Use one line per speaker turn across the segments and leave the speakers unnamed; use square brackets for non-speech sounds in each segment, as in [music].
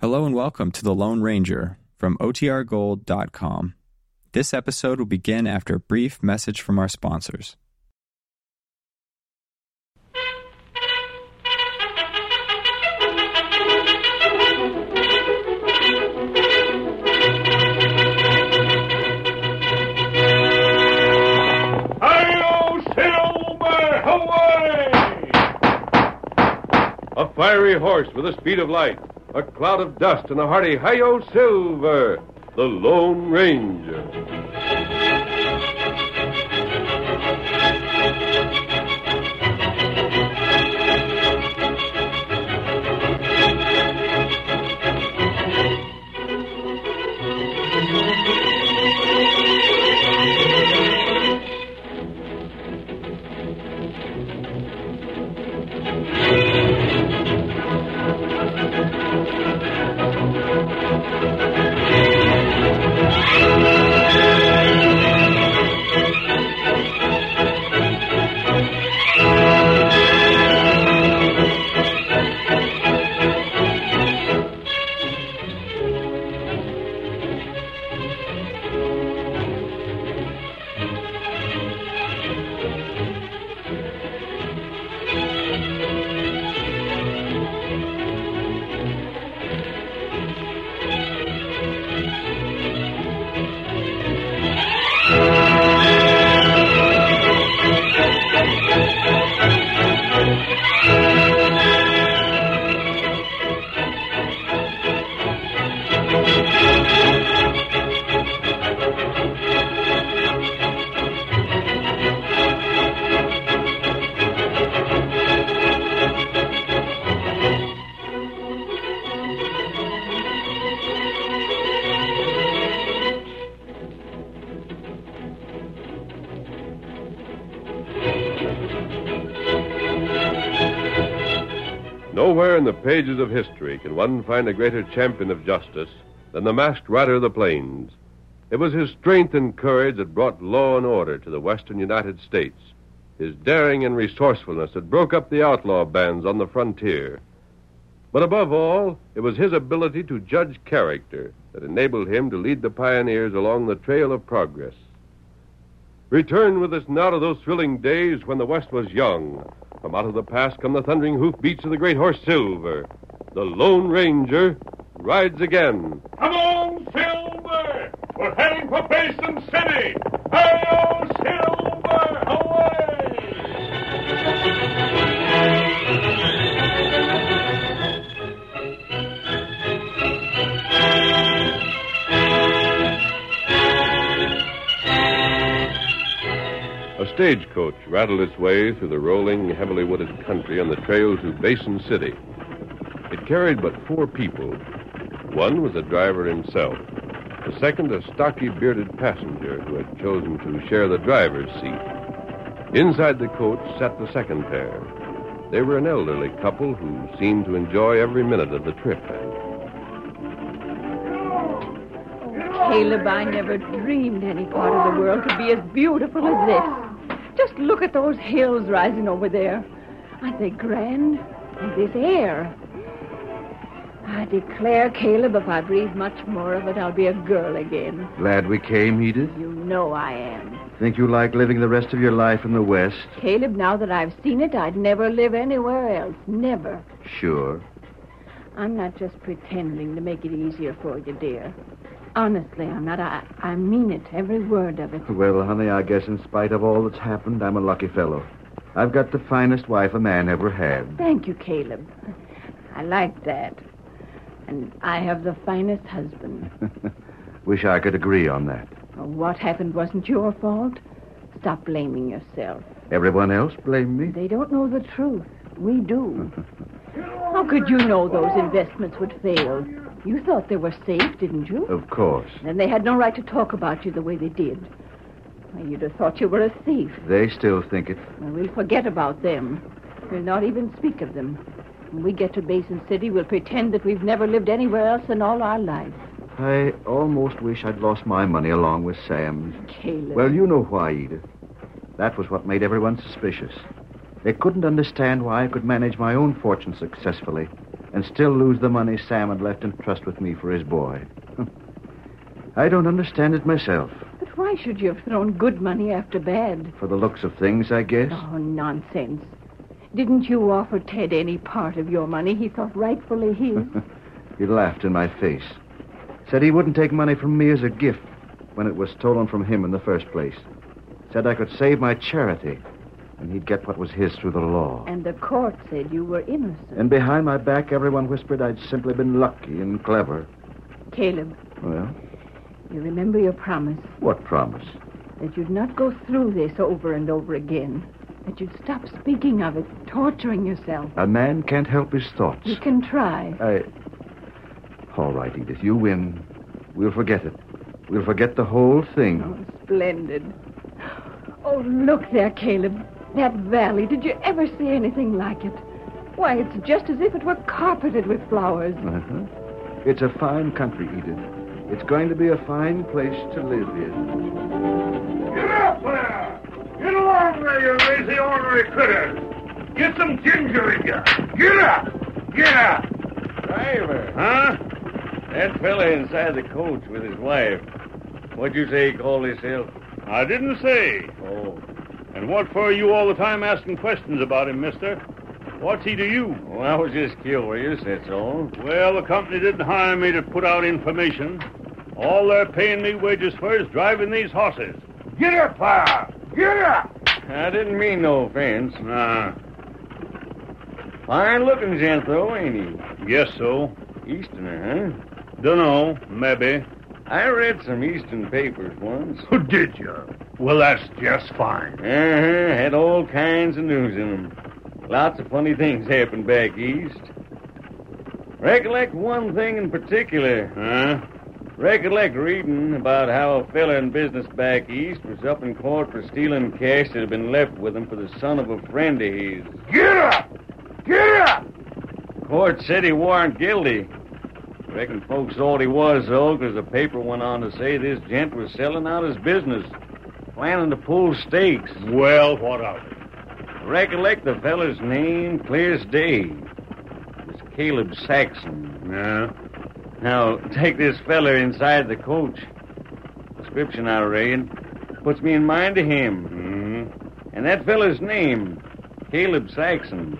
Hello and welcome to The Lone Ranger from OTRGold.com. This episode will begin after a brief message from our sponsors.
Hi-yo, Silver, away! A fiery horse with the speed of light, a cloud of dust, and a hearty hi-yo, Silver, the Lone Ranger. Nowhere in the pages of history can one find a greater champion of justice than the masked rider of the plains. It was his strength and courage that brought law and order to the western United States. His daring and resourcefulness that broke up the outlaw bands on the frontier. But above all, it was his ability to judge character that enabled him to lead the pioneers along the trail of progress. Return with us now to those thrilling days when the West was young. From out of the past come the thundering hoofbeats of the great horse Silver. The Lone Ranger rides again. Come on, Silver! We're heading for Basin City! Hail, Silver! Away! A stagecoach rattled its way through the rolling, heavily wooded country on the trail to Basin City. It carried but four people. One was the driver himself, the second, a stocky bearded passenger who had chosen to share the driver's seat. Inside the coach sat the second pair. They were an elderly couple who seemed to enjoy every minute of the trip.
Caleb, I never dreamed any part of the world could be as beautiful as this. Just look at those hills rising over there. Aren't they grand? And this air. I declare, Caleb, if I breathe much more of it, I'll be a girl again.
Glad we came, Edith.
You know I am.
Think you like living the rest of your life in the West?
Caleb, now that I've seen it, I'd never live anywhere else. Never.
Sure.
I'm not just pretending to make it easier for you, dear. Honestly, I'm not. I, I mean it, every word of it.
Well, honey, I guess in spite of all that's happened, I'm a lucky fellow. I've got the finest wife a man ever had.
Thank you, Caleb. I like that. And I have the finest husband.
Wish I could agree on that.
What happened wasn't your fault. Stop blaming yourself.
Everyone else blame me?
They don't know the truth. We do. How could you know those investments would fail? You thought they were safe, didn't you?
Of course.
And they had no right to talk about you the way they did. Well, you'd have thought you were a thief.
They still think it.
Well, we'll forget about them. We'll not even speak of them. When we get to Basin City, we'll pretend that we've never lived anywhere else in all our lives.
I almost wish I'd lost my money along with Sam's.
Caleb.
Well, you know why, Edith. That was what made everyone suspicious. They couldn't understand why I could manage my own fortune successfully and still lose the money Sam had left in trust with me for his boy. [laughs] I don't understand it myself.
But why should you have thrown good money after bad?
For the looks of things, I guess.
Oh, nonsense. Didn't you offer Ted any part of your money he thought rightfully
[laughs]
his?
He laughed in my face. Said he wouldn't take money from me as a gift when it was stolen from him in the first place. Said I could save my charity and he'd get what was his through the law.
and the court said you were innocent.
And behind my back, everyone whispered I'd simply been lucky and clever.
Caleb,
Well,
you remember your promise
what promise?
that you'd not go through this over and over again. That you'd stop speaking of it, torturing yourself.
A man can't help his thoughts.
You can try.
I. All right, Edith, you win. We'll forget it. We'll forget the whole thing.
Oh, splendid. Oh, look there, Caleb. That valley. Did you ever see anything like it? Why, it's just as if it were carpeted with flowers.
Uh-huh. It's a fine country, Edith. It's going to be a fine place to live in.
Get up there! Get along there, you lazy, ornery critter! Get some ginger in you! Get up! Get up!
Driver,
Huh?
that fella inside the coach with his wife. What'd you say he called himself?
I didn't say.
Oh,
And what for you all the time asking questions about him, mister? What's he to you?
well, I was just curious, that's all.
Well, the company didn't hire me to put out information. All they're paying me wages for is driving these horses.
Get up, fire! Get up! I didn't mean no offense.
Ah,
Fine looking gent, though, ain't
guess so.
he? Easterner, huh?
Dunno, maybe.
I read some Eastern papers once.
Who Oh, did you? Well, that's just fine.
Uh-huh, had all kinds of news in them. Lots of funny things happened back east. Recollect one thing in particular.
Huh?
Recollect reading about how a fella in business back east was up in court for stealing cash that had been left with him for the son of a friend of his.
Get up! Get up!
Court said he warn't guilty. Reckon folks thought he was, though, because the paper went on to say this gent was selling out his business, planning to pull stakes.
Well, what of it?
Recollect the fella's name clear as day. It was Caleb Saxon.
Yeah.
Now, take this feller inside the coach. Description I read puts me in mind of him.
hmm
And that feller's name, Caleb Saxon.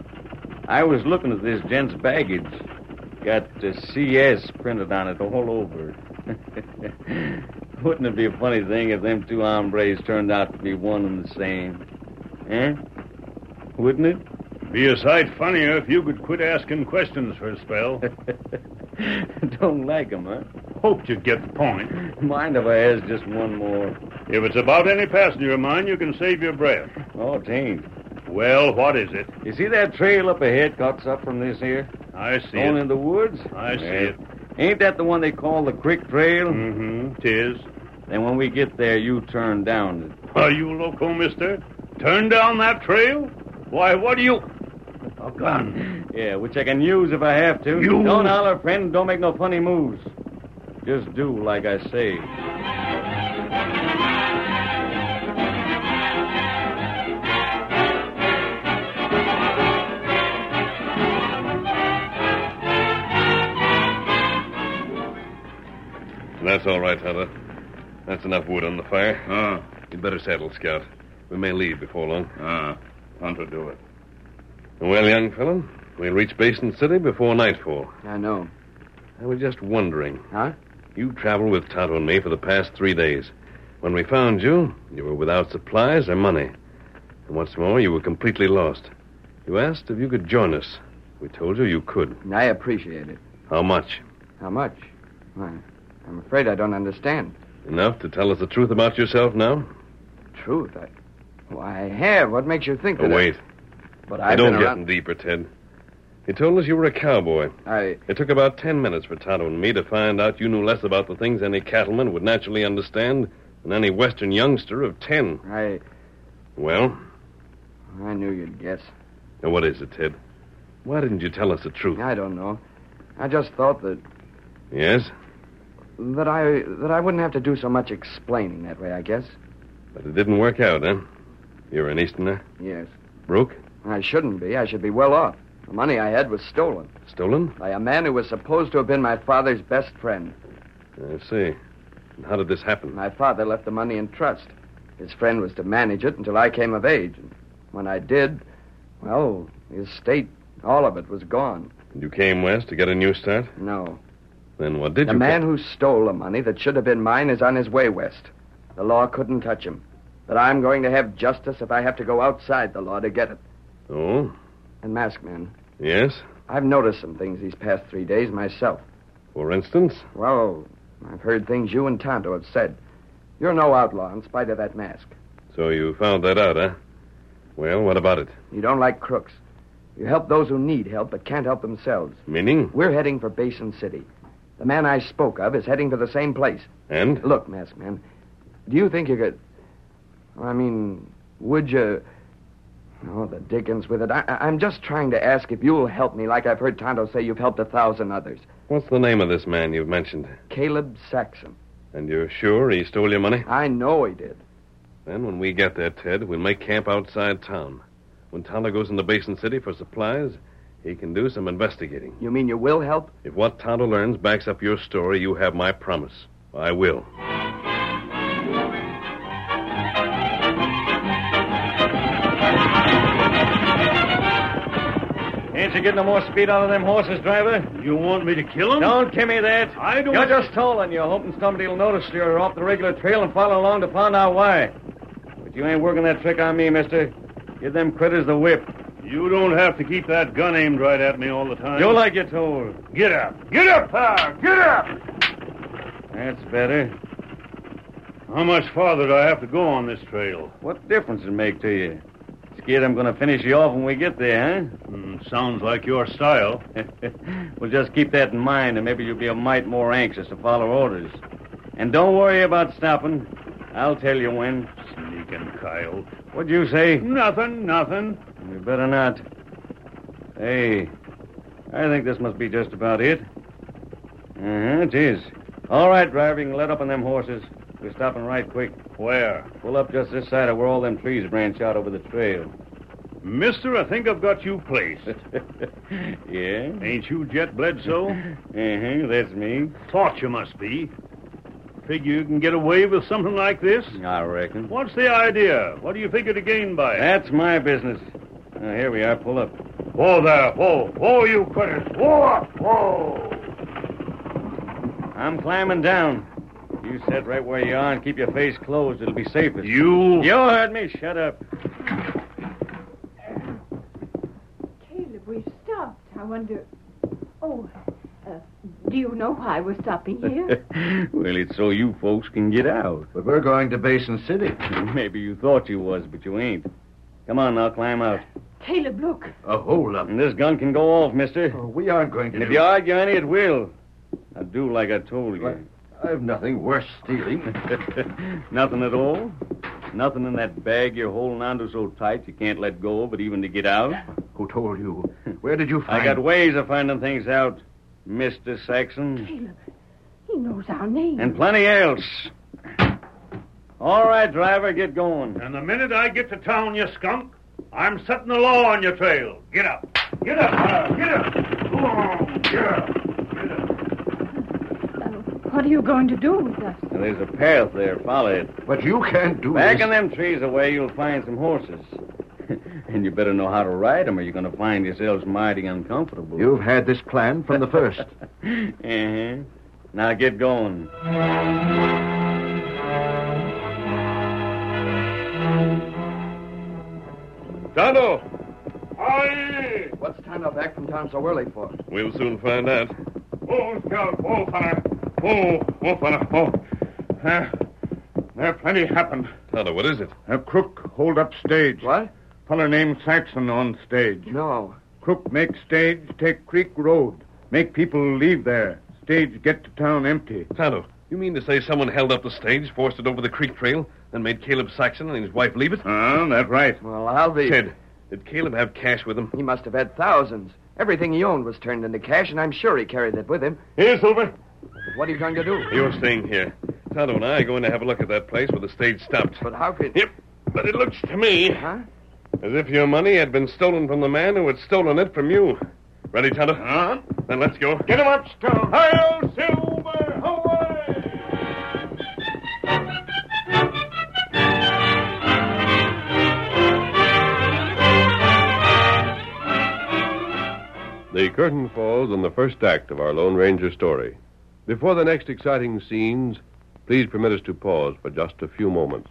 I was looking at this gent's baggage. Got the CS printed on it all over. [laughs] Wouldn't it be a funny thing if them two hombres turned out to be one and the same? Eh? Wouldn't it?
Be a sight funnier if you could quit asking questions for a
[laughs]
spell.
Don't like 'em,
Hoped you'd get the point.
huh? Mind if I ask just one more?
If it's about any passenger of mine, you can save your breath.
Oh, it ain't.
Well, what is it?
You see that trail up ahead cuts up from this here?
I see
Going
it.
in the woods?
I see
Yeah.
it.
Ain't that the one they call the Creek Trail?
Mm-hmm. Tis.
Then when we get there, you turn down.
Are you loco, mister? Turn down that trail? Why, what do you... A gun.
Oh, Yeah, which I can use if I have to.
You-
Don't holler, friend. Don't make no funny moves. Just do like I say.
That's all right, Hunter. That's enough wood on the fire. Ah. You'd better saddle, Scout. We may leave before long. Ah. Hunter, do it. Well, young fellow, we'll reach Basin City before nightfall.
I know.
I was just wondering.
Huh?
You traveled with Tonto and me for the past three days. When we found you, you were without supplies or money. And once more, you were completely lost. You asked if you could join us. We told you you could.
I appreciate it.
How much?
How much? Why, I'm afraid I don't understand.
Enough to tell us the truth about yourself now?
Truth, I. Why, I have. What makes you think
Oh,
that? I-
wait.
but
I
I've
don't
been
get
around-
deeper, Ted. You told us you were a cowboy.
I.
It took about ten minutes for Tonto and me to find out you knew less about the things any cattleman would naturally understand than any Western youngster of ten.
I.
Well,
I knew you'd guess.
now what is it, Ted? Why didn't you tell us the truth?
I don't know. I just thought that
Yes,
that I that I wouldn't have to do so much explaining that way. I guess.
but it didn't work out, huh? You're an Easterner,
Yes.
broke,
I shouldn't be. I should be well off.
The money I had was stolen
Stolen?
by a man who was supposed to have been my father's best friend.
I see. And how did this happen?
My father left the money in trust. His friend was to manage it until I came of age. And when I did, well, his estate, all of it, was gone.
You came west to get a new start?
No.
Then what did
the
you...
man who stole the money that should have been mine is on his way west. The law couldn't touch him. But I'm going to have justice if I have to go outside the law to get it.
Oh?
And Mask Man,
Yes?
I've noticed some things these past three days myself.
For instance?
Well, I've heard things you and Tonto have said. You're no outlaw in spite of that mask.
So you found that out, huh? Well, what about it?
You don't like crooks. You help those who need help but can't help themselves.
Meaning?
We're heading for Basin City. The man I spoke of is heading for the same place.
And?
Look, Mask Man, do you think you could. I mean, would you. Oh, the dickens with it. I, I- I'm just trying to ask if you'll help me, like I've heard Tonto say you've helped a thousand others.
What's the name of this man you've mentioned?
Caleb Saxon.
And you're sure he stole your money?
I know he did.
Then when we get there, Ted, we'll make camp outside town. When Tonto goes into Basin City for supplies, he can do some investigating.
You mean you will help?
If what Tonto learns backs up your story, you have my promise. I will.
Can't you get no more speed out of them horses, driver?
You want me to kill him?
Don't give me that.
I don't-
You're just stolen. You're hoping somebody'll notice you're off the regular trail and follow along to find out why. But you ain't working that trick on me, mister. Give them critters the whip.
You don't have to keep that gun aimed right at me all the time.
Do like you're told.
Get up. Get up, pal. Get up.
That's better.
How much farther do I have to go on this trail?
What difference it make to you? Scared I'm going to finish you off when we get there,
Hmm, sounds like your style.
huh? [laughs] well, just keep that in mind, and maybe you'll be a mite more anxious to follow orders. And don't worry about stopping. I'll tell you when.
Sneaking Kyle.
What'd you say?
Nothing, nothing.
You better not. Hey, I think this must be just about it. Uh-huh, it is. All right, driver, you can let up on them horses. We're stopping right quick.
Where?
Pull up just this side of where all them trees branch out over the trail.
Mister, I think I've got you placed.
[laughs] yeah?
Ain't you Jet Bledsoe?
[laughs] Uh-huh, that's me.
Thought you must be. Figure you can get away with something like this?
I reckon.
What's the idea? What do you figure to gain by it?
That's my business. Uh, here we are. Pull up.
Whoa there, whoa. Whoa, you critters. Whoa up, whoa.
I'm climbing down. You sit right where you are and keep your face closed. It'll be safest.
You.
You heard me. Shut up.
[laughs]
Caleb, we've stopped. I wonder. Oh, uh, do you know why we're stopping
[laughs]
here?
well, it's so you folks can get out.
But we're going to Basin City.
[laughs] Maybe you thought you was, but you ain't. Come on now, climb out.
Caleb, look.
A whole lot.
And this gun can go off, mister.
Oh, we aren't going to.
And if
do-
you argue any, it will. Now do like I told you.
I've nothing worth stealing.
[laughs] Nothing at all? Nothing in that bag you're holding onto so tight you can't let go of it even to get out?
Who told you? Where did you find?
I got ways of finding things out, Mr. Saxon.
Caleb, he knows our name.
And plenty else. All right, driver, get going.
And the minute I get to town, you skunk, I'm setting the law on your trail. Get up. Get up, pal. Get up. Go on. Get up. Get up.
Uh, what are you going to do with us?
Now, there's a path there. Follow it.
But you can't do
Back
this.
in them trees away, you'll find some horses. [laughs] and you better know how to ride 'em, or you're going to find yourselves mighty uncomfortable.
You've had this plan from the first.
uh-huh. Now get going.
Tonto!
Aye.
[laughs] What's Tonto back from town so early for?
We'll soon find out.
Oh, scout. Oh, fella. Oh, oh, fella. Oh. There, there plenty happened.
Tonto, what is it?
A crook hold up stage.
What?
Fella named Saxon on stage.
No.
Crook make stage take Creek Road. Make people leave there. Stage get to town empty.
Tonto, you mean to say someone held up the stage, forced it over the creek trail, then made Caleb Saxon and his wife leave it?
Ah, that's right.
Well, I'll be.
Ted, did Caleb have cash with him?
He must have had thousands. Everything he owned was turned into cash, and I'm sure he carried it with him.
Here, Silver.
But what are you going to do?
You're staying here. Tonto and I are going to have a look at that place where the stage stopped.
But how could.
Yep, but it looks to me
Huh?
As if your money had been stolen from the man who had stolen it from you. Ready, Tonto?
Huh?
Then let's go.
Get him up, Stone. Hi-yo, Silver! Away!
The curtain falls on the first act of our Lone Ranger story. Before the next exciting scenes, please permit us to pause for just a few moments.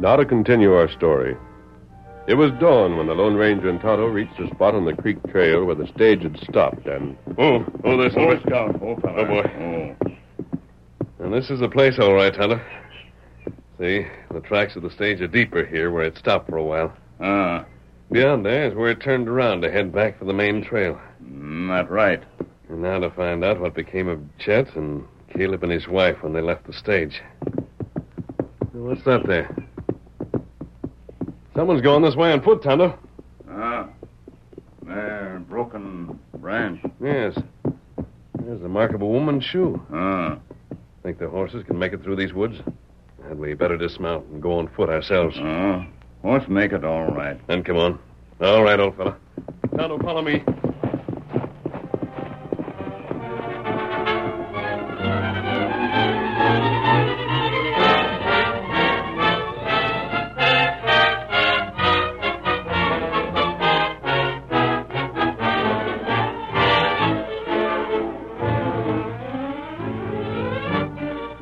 Now to continue our story. It was dawn when the Lone Ranger and Tonto reached a spot on the creek trail where the stage had stopped, and
Oh, oh, there's no
Boy Scout. Oh, fella.
Oh, boy. And this is the place, all right, Tonto. See, the tracks of the stage are deeper here where it stopped for a while.
Oh. Ah,
Beyond there is where it turned around to head back for the main trail.
mm, that right.
And now to find out what became of Chet and Caleb and his wife when they left the stage. What's that there? Someone's going this way on foot, Tonto.
Ah, there, broken branch.
Yes. There's the mark of a woman's shoe.
Ah,
Think the horses can make it through these woods? Had we better dismount and go on foot ourselves?
ah. Horse make it all right.
Then come on. All right, old fella. Tonto, follow me.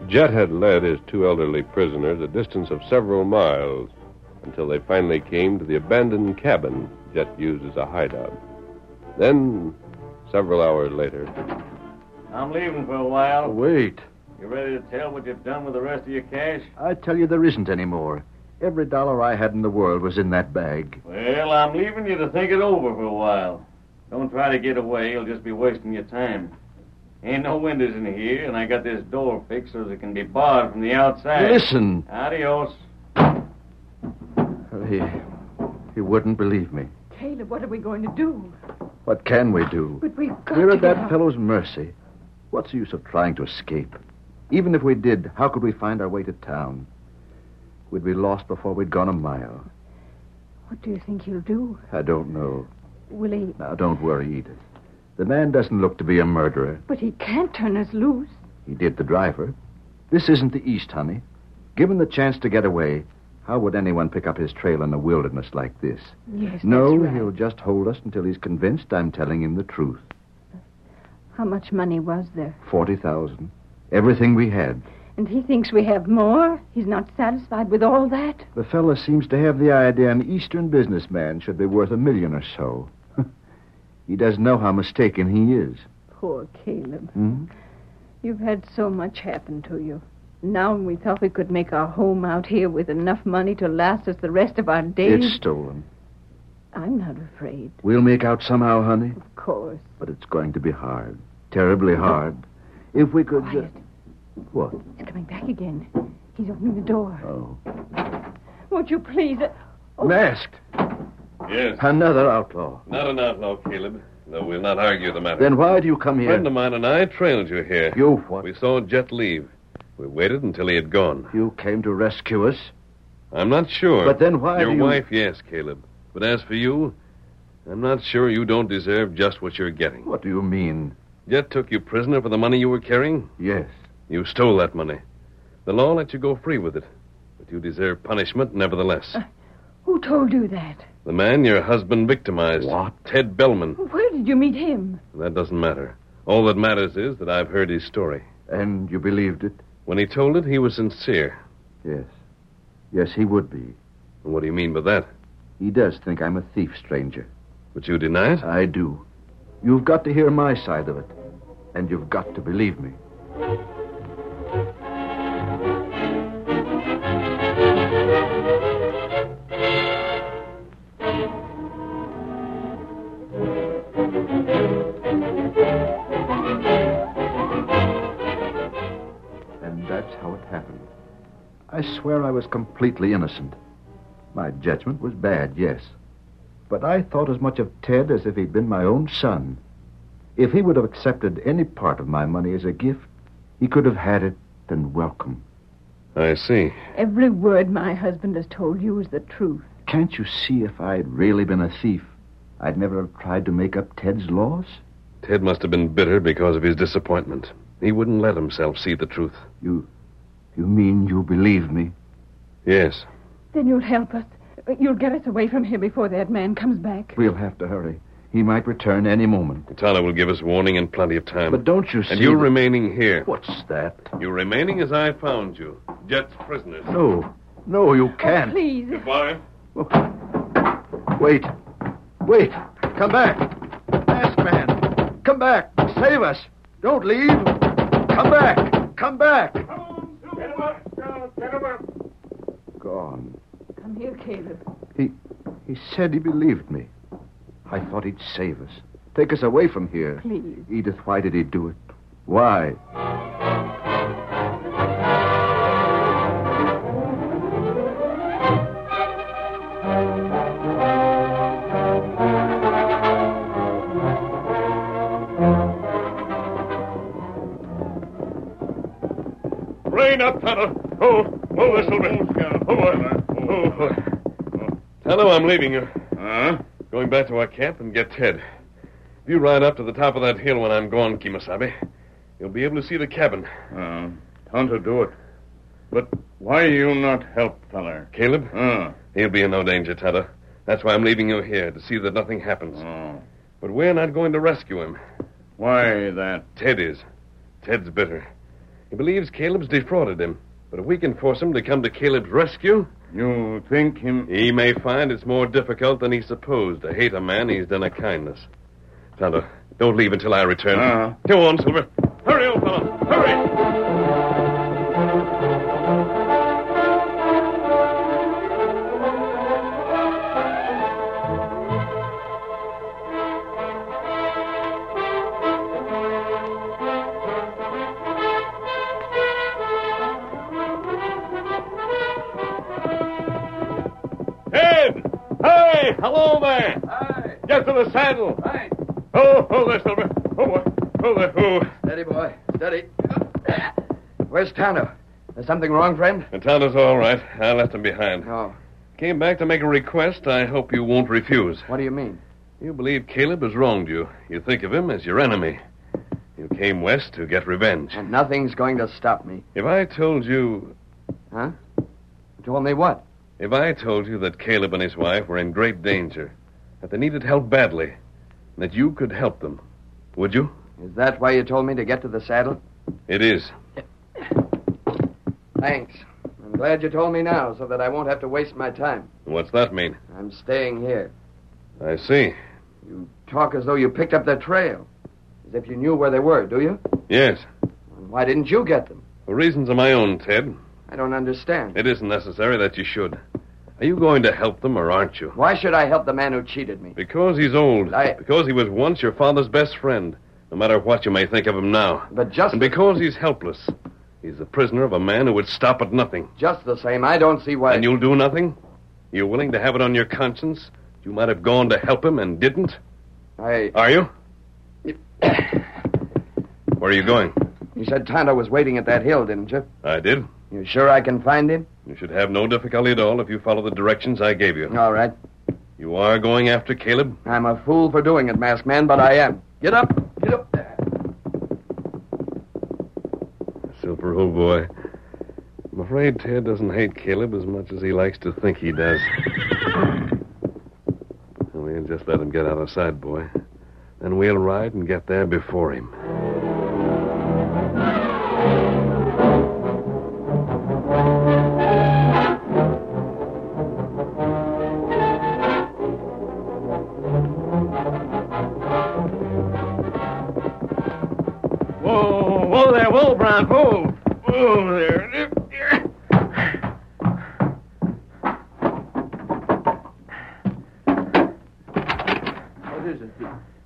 Jet had led his two elderly prisoners a distance of several miles until they finally came to the abandoned cabin Jet used as a hideout. Then, several hours later,
I'm leaving for a while.
Oh, Wait.
You ready to tell what you've done with the rest of your cash?
I tell you, there isn't any more. Every dollar I had in the world was in that bag.
Well, I'm leaving you to think it over for a while. Don't try to get away. You'll just be wasting your time. Ain't no windows in here, and I got this door fixed so that it can be barred from the outside.
Listen.
Adios.
He, he wouldn't believe me.
Caleb, what are we going to do?
What can we do?
But we've got
We're
to get
at that
out.
fellow's mercy. What's the use of trying to escape? Even if we did, how could we find our way to town? We'd be lost before we'd gone a mile.
What do you think he'll do?
I don't know.
Will he?
Now, don't worry, Edith. The man doesn't look to be a murderer.
But he can't turn us loose.
He did the driver. This isn't the East, honey. Given the chance to get away, how would anyone pick up his trail in a wilderness like this?
Yes.
No,
that's right.
he'll just hold us until he's convinced I'm telling him the truth.
How much money was there?
40,000. Everything we had.
And he thinks we have more. He's not satisfied with all that.
The fella seems to have the idea an Eastern businessman should be worth a million or so. [laughs] he doesn't know how mistaken he is.
Poor Caleb.
Hmm?
You've had so much happen to you. Now we thought we could make our home out here with enough money to last us the rest of our days.
It's stolen.
I'm not afraid,
We'll make out somehow, honey,
of course.
but it's going to be hard. Terribly hard. If we could.
Quiet.
what?
He's coming back again. He's opening the door.
Oh.
Won't you please? uh, Oh.
Masked.
Yes.
Another outlaw.
Not an outlaw, Caleb. Though we'll not argue the matter.
Then why do you come
a
here?
friend of mine and I trailed you here.
You what?
We saw Jet leave. We waited until he had gone.
You came to rescue us.
I'm not sure.
But then why
Your
do you-
wife, yes, Caleb. But as for you, I'm not sure you don't deserve just what you're getting.
What do you mean?
Jet took you prisoner for the money you were carrying.
Yes.
You stole that money. The law let you go free with it, but you deserve punishment nevertheless.
Who told you that?
The man your husband victimized.
What?
Ted Bellman.
Where did you meet him?
That doesn't matter. All that matters is that I've heard his story.
And you believed it?
When he told it, he was sincere.
Yes. Yes, he would be.
What do you mean by that?
He does think I'm a thief, stranger.
But you deny it?
I do. You've got to hear my side of it. And you've got to believe me. And that's how it happened. I swear I was completely innocent. My judgment was bad, yes. But I thought as much of Ted as if he'd been my own son. If he would have accepted any part of my money as a gift, he could have had it and welcome.
I see.
Every word my husband has told you is the truth.
Can't you see if I'd really been a thief, I'd never have tried to make up Ted's loss?
Ted must have been bitter because of his disappointment. He wouldn't let himself see the truth.
You mean you believe me?
Yes.
Then you'll help us. You'll get us away from here before that man comes back.
We'll have to hurry. He might return any moment.
Tyler will give us warning in plenty of time.
But don't you see.
and you
that-
remaining here.
What's that?
You remaining as I found you. Jet's prisoners.
No. No, you can't.
Oh, Please.
Goodbye.
Wait. Wait. Come back. Masked man. Come back. Save us. Don't leave. Come back. Come back.
Get him up, Charles, get him up.
Gone.
Come here, Caleb.
He said he believed me. I thought he'd save us. Take us away from here.
Please.
Edith, why did he do it? Why?
Rain up, Tyler. Oh, move us over. Oh, Tyler, I'm leaving you.
Huh?
Going back to our camp and get Ted. If you ride up to the top of that hill when I'm gone, Kimasabe, you'll be able to see the cabin.
Uh, Tonto do it. But why you not help, feller?
Caleb,
Uh,
he'll be in no danger, Tyler. That's why I'm leaving you here, to see that nothing happens.
oh.
But we're not going to rescue him.
Why that?
Ted is. Ted's bitter. He believes Caleb's defrauded him. But if we can force him to come to Caleb's rescue,
You think him.
he may find it's more difficult than he supposed to hate a man he's done a kindness. Tonto, don't leave until I return.
Uh-huh.
Go on, Silver. Hurry, old fellow. Hurry! Ted! Hey! Hello there!
Hi.
Get to the saddle!
Hi.
Oh, oh there, Silver. Oh, boy. Oh, there. Oh.
Steady, boy. Steady. Where's Tano? There's something wrong, friend?
The town is all right. I left him behind.
No.
Came back to make a request I hope you won't refuse.
What do you mean?
You believe Caleb has wronged you. You think of him as your enemy. You came west to get revenge.
And nothing's going to stop me.
If I told you.
You told me what?
If I told you that Caleb and his wife were in great danger, that they needed help badly, and that you could help them, would you?
Is that why you told me to get to the saddle?
It is.
Thanks. I'm glad you told me now so that I won't have to waste my time.
What's that mean?
I'm staying here.
I see.
You talk as though you picked up their trail. As if you knew where they were, do you?
Yes.
And why didn't you get them?
For reasons of my own, Ted,
I don't understand.
it isn't necessary that you should. Are you going to help them or aren't you?
Why should I help the man who cheated me?
Because he's old.
I-
Because he was once your father's best friend, no matter what you may think of him now.
But just
And because he's helpless, he's the prisoner of a man who would stop at nothing.
just the same, I don't see why
And you'll do nothing? You're willing to have it on your conscience? You might have gone to help him and didn't?
I [coughs]
Are you? Where are you going?
you said Tonto was waiting at that hill, didn't you?
I did.
You sure I can find him?
You should have no difficulty at all if you follow the directions I gave you.
All right.
You are going after Caleb?
I'm a fool for doing it, Masked Man, but I am. Get up. Get up there.
Silver, old boy. I'm afraid Ted doesn't hate Caleb as much as he likes to think he does. Well, we'll just let him get out of sight, boy. Then we'll ride and get there before him.
Whoa, whoa there, whoa, Brown, whoa. Whoa there.
What is it?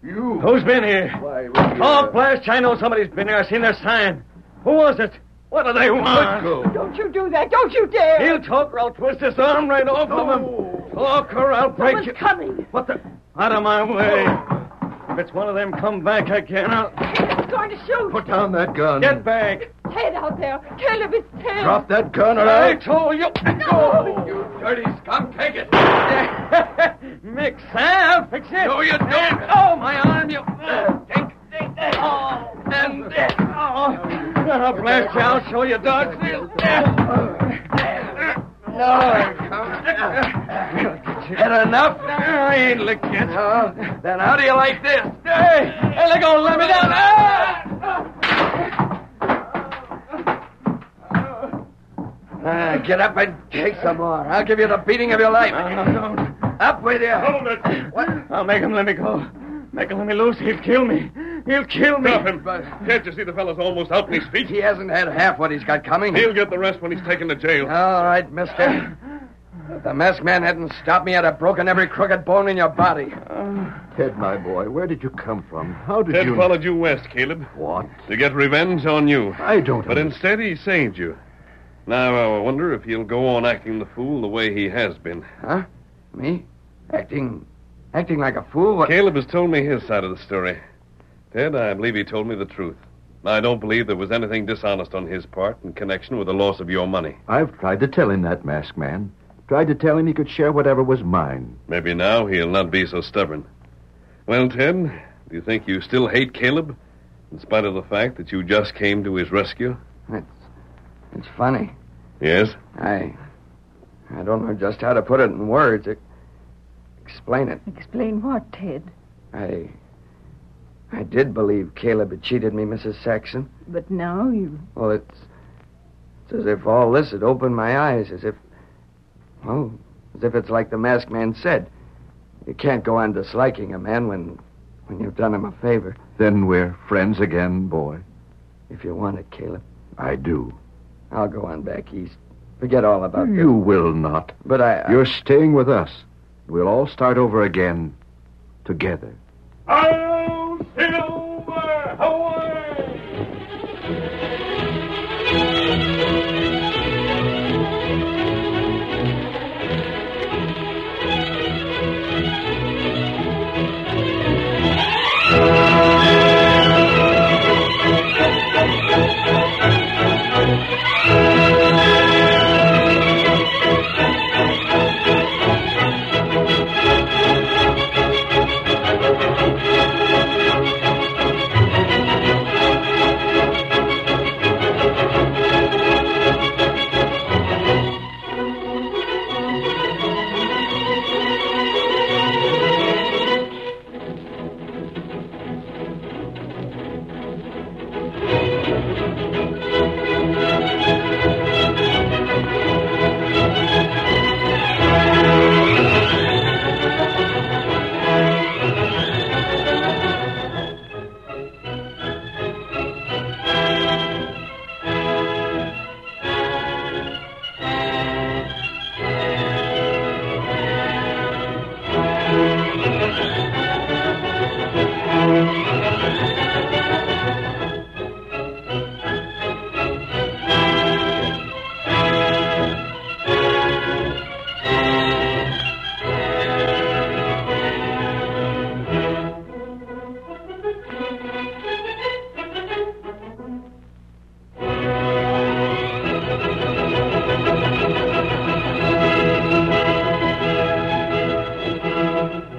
You.
Who's been here?
Why,
uh,
Oh, blast, I know somebody's been here. I've seen their sign. Who was it? What do they want?
Don't you do that. Don't you dare.
He'll talk or I'll twist his arm right off of him. Talk or I'll break
Someone's
it.
coming.
What the? Out of my way. If it's one of them, come back again. I'll
He's going to shoot.
Put down that gun.
get back.
Ted out there. Caleb, it's Ted.
Drop that gun or
I
I'll...
told you.
No.
You dirty scum, take it. [laughs] Mix, huh? I'll fix it. No, you don't. Oh, my arm, you. Take, take that. Oh, and this. Oh, now, blast you, I'll show you, dodge this. No. Had enough? I ain't licked yet.
Uh,
Then how do you like this? Hey, hey, they're gonna let me down. Ah!
Ah, get up and take some more. I'll give you the beating of your life.
No, no, no.
Up with you.
Hold it. What? I'll make him let me go. Make him let me loose. He'll kill me. He'll kill me.
Stop him. Can't you see the fellow's almost out when he speaks?
He hasn't had half what he's got coming.
He'll get the rest when he's taken to jail.
All right, mister. If the masked man hadn't stopped me, I'd have broken every crooked bone in your body.
Ted, my boy, where did you come from? How did
Uh, Ted
you...
followed you west, Caleb,
What?
to get revenge on you.
I don't...
But instead, he saved you. Now, I wonder if he'll go on acting the fool the way he has been.
Me? Acting. acting like a fool? What?
Caleb has told me his side of the story. Ted, I believe he told me the truth. I don't believe there was anything dishonest on his part in connection with the loss of your money.
I've tried to tell him that, Masked Man. Tried to tell him he could share whatever was mine.
Maybe now he'll not be so stubborn. Well, Ted, do you think you still hate Caleb, in spite of the fact that you just came to his rescue?
It's, it's funny.
Yes.
I. I don't know just how to put it in words. Ex- Explain it.
Explain what, Ted?
I. I did believe Caleb had cheated me, Mrs. Saxon.
But now you.
Well, it's, it's as if all this had opened my eyes, as if, well, as if it's like the masked man said. You can't go on disliking a man when, when you've done him a favor.
Then we're friends again, boy.
If you want it, Caleb,
I do.
I'll go on back east. Forget all about this.
You will not.
But I, I
You're staying with us. We'll all start over again. Together.
I'll sit over Hawaii.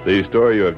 The story you have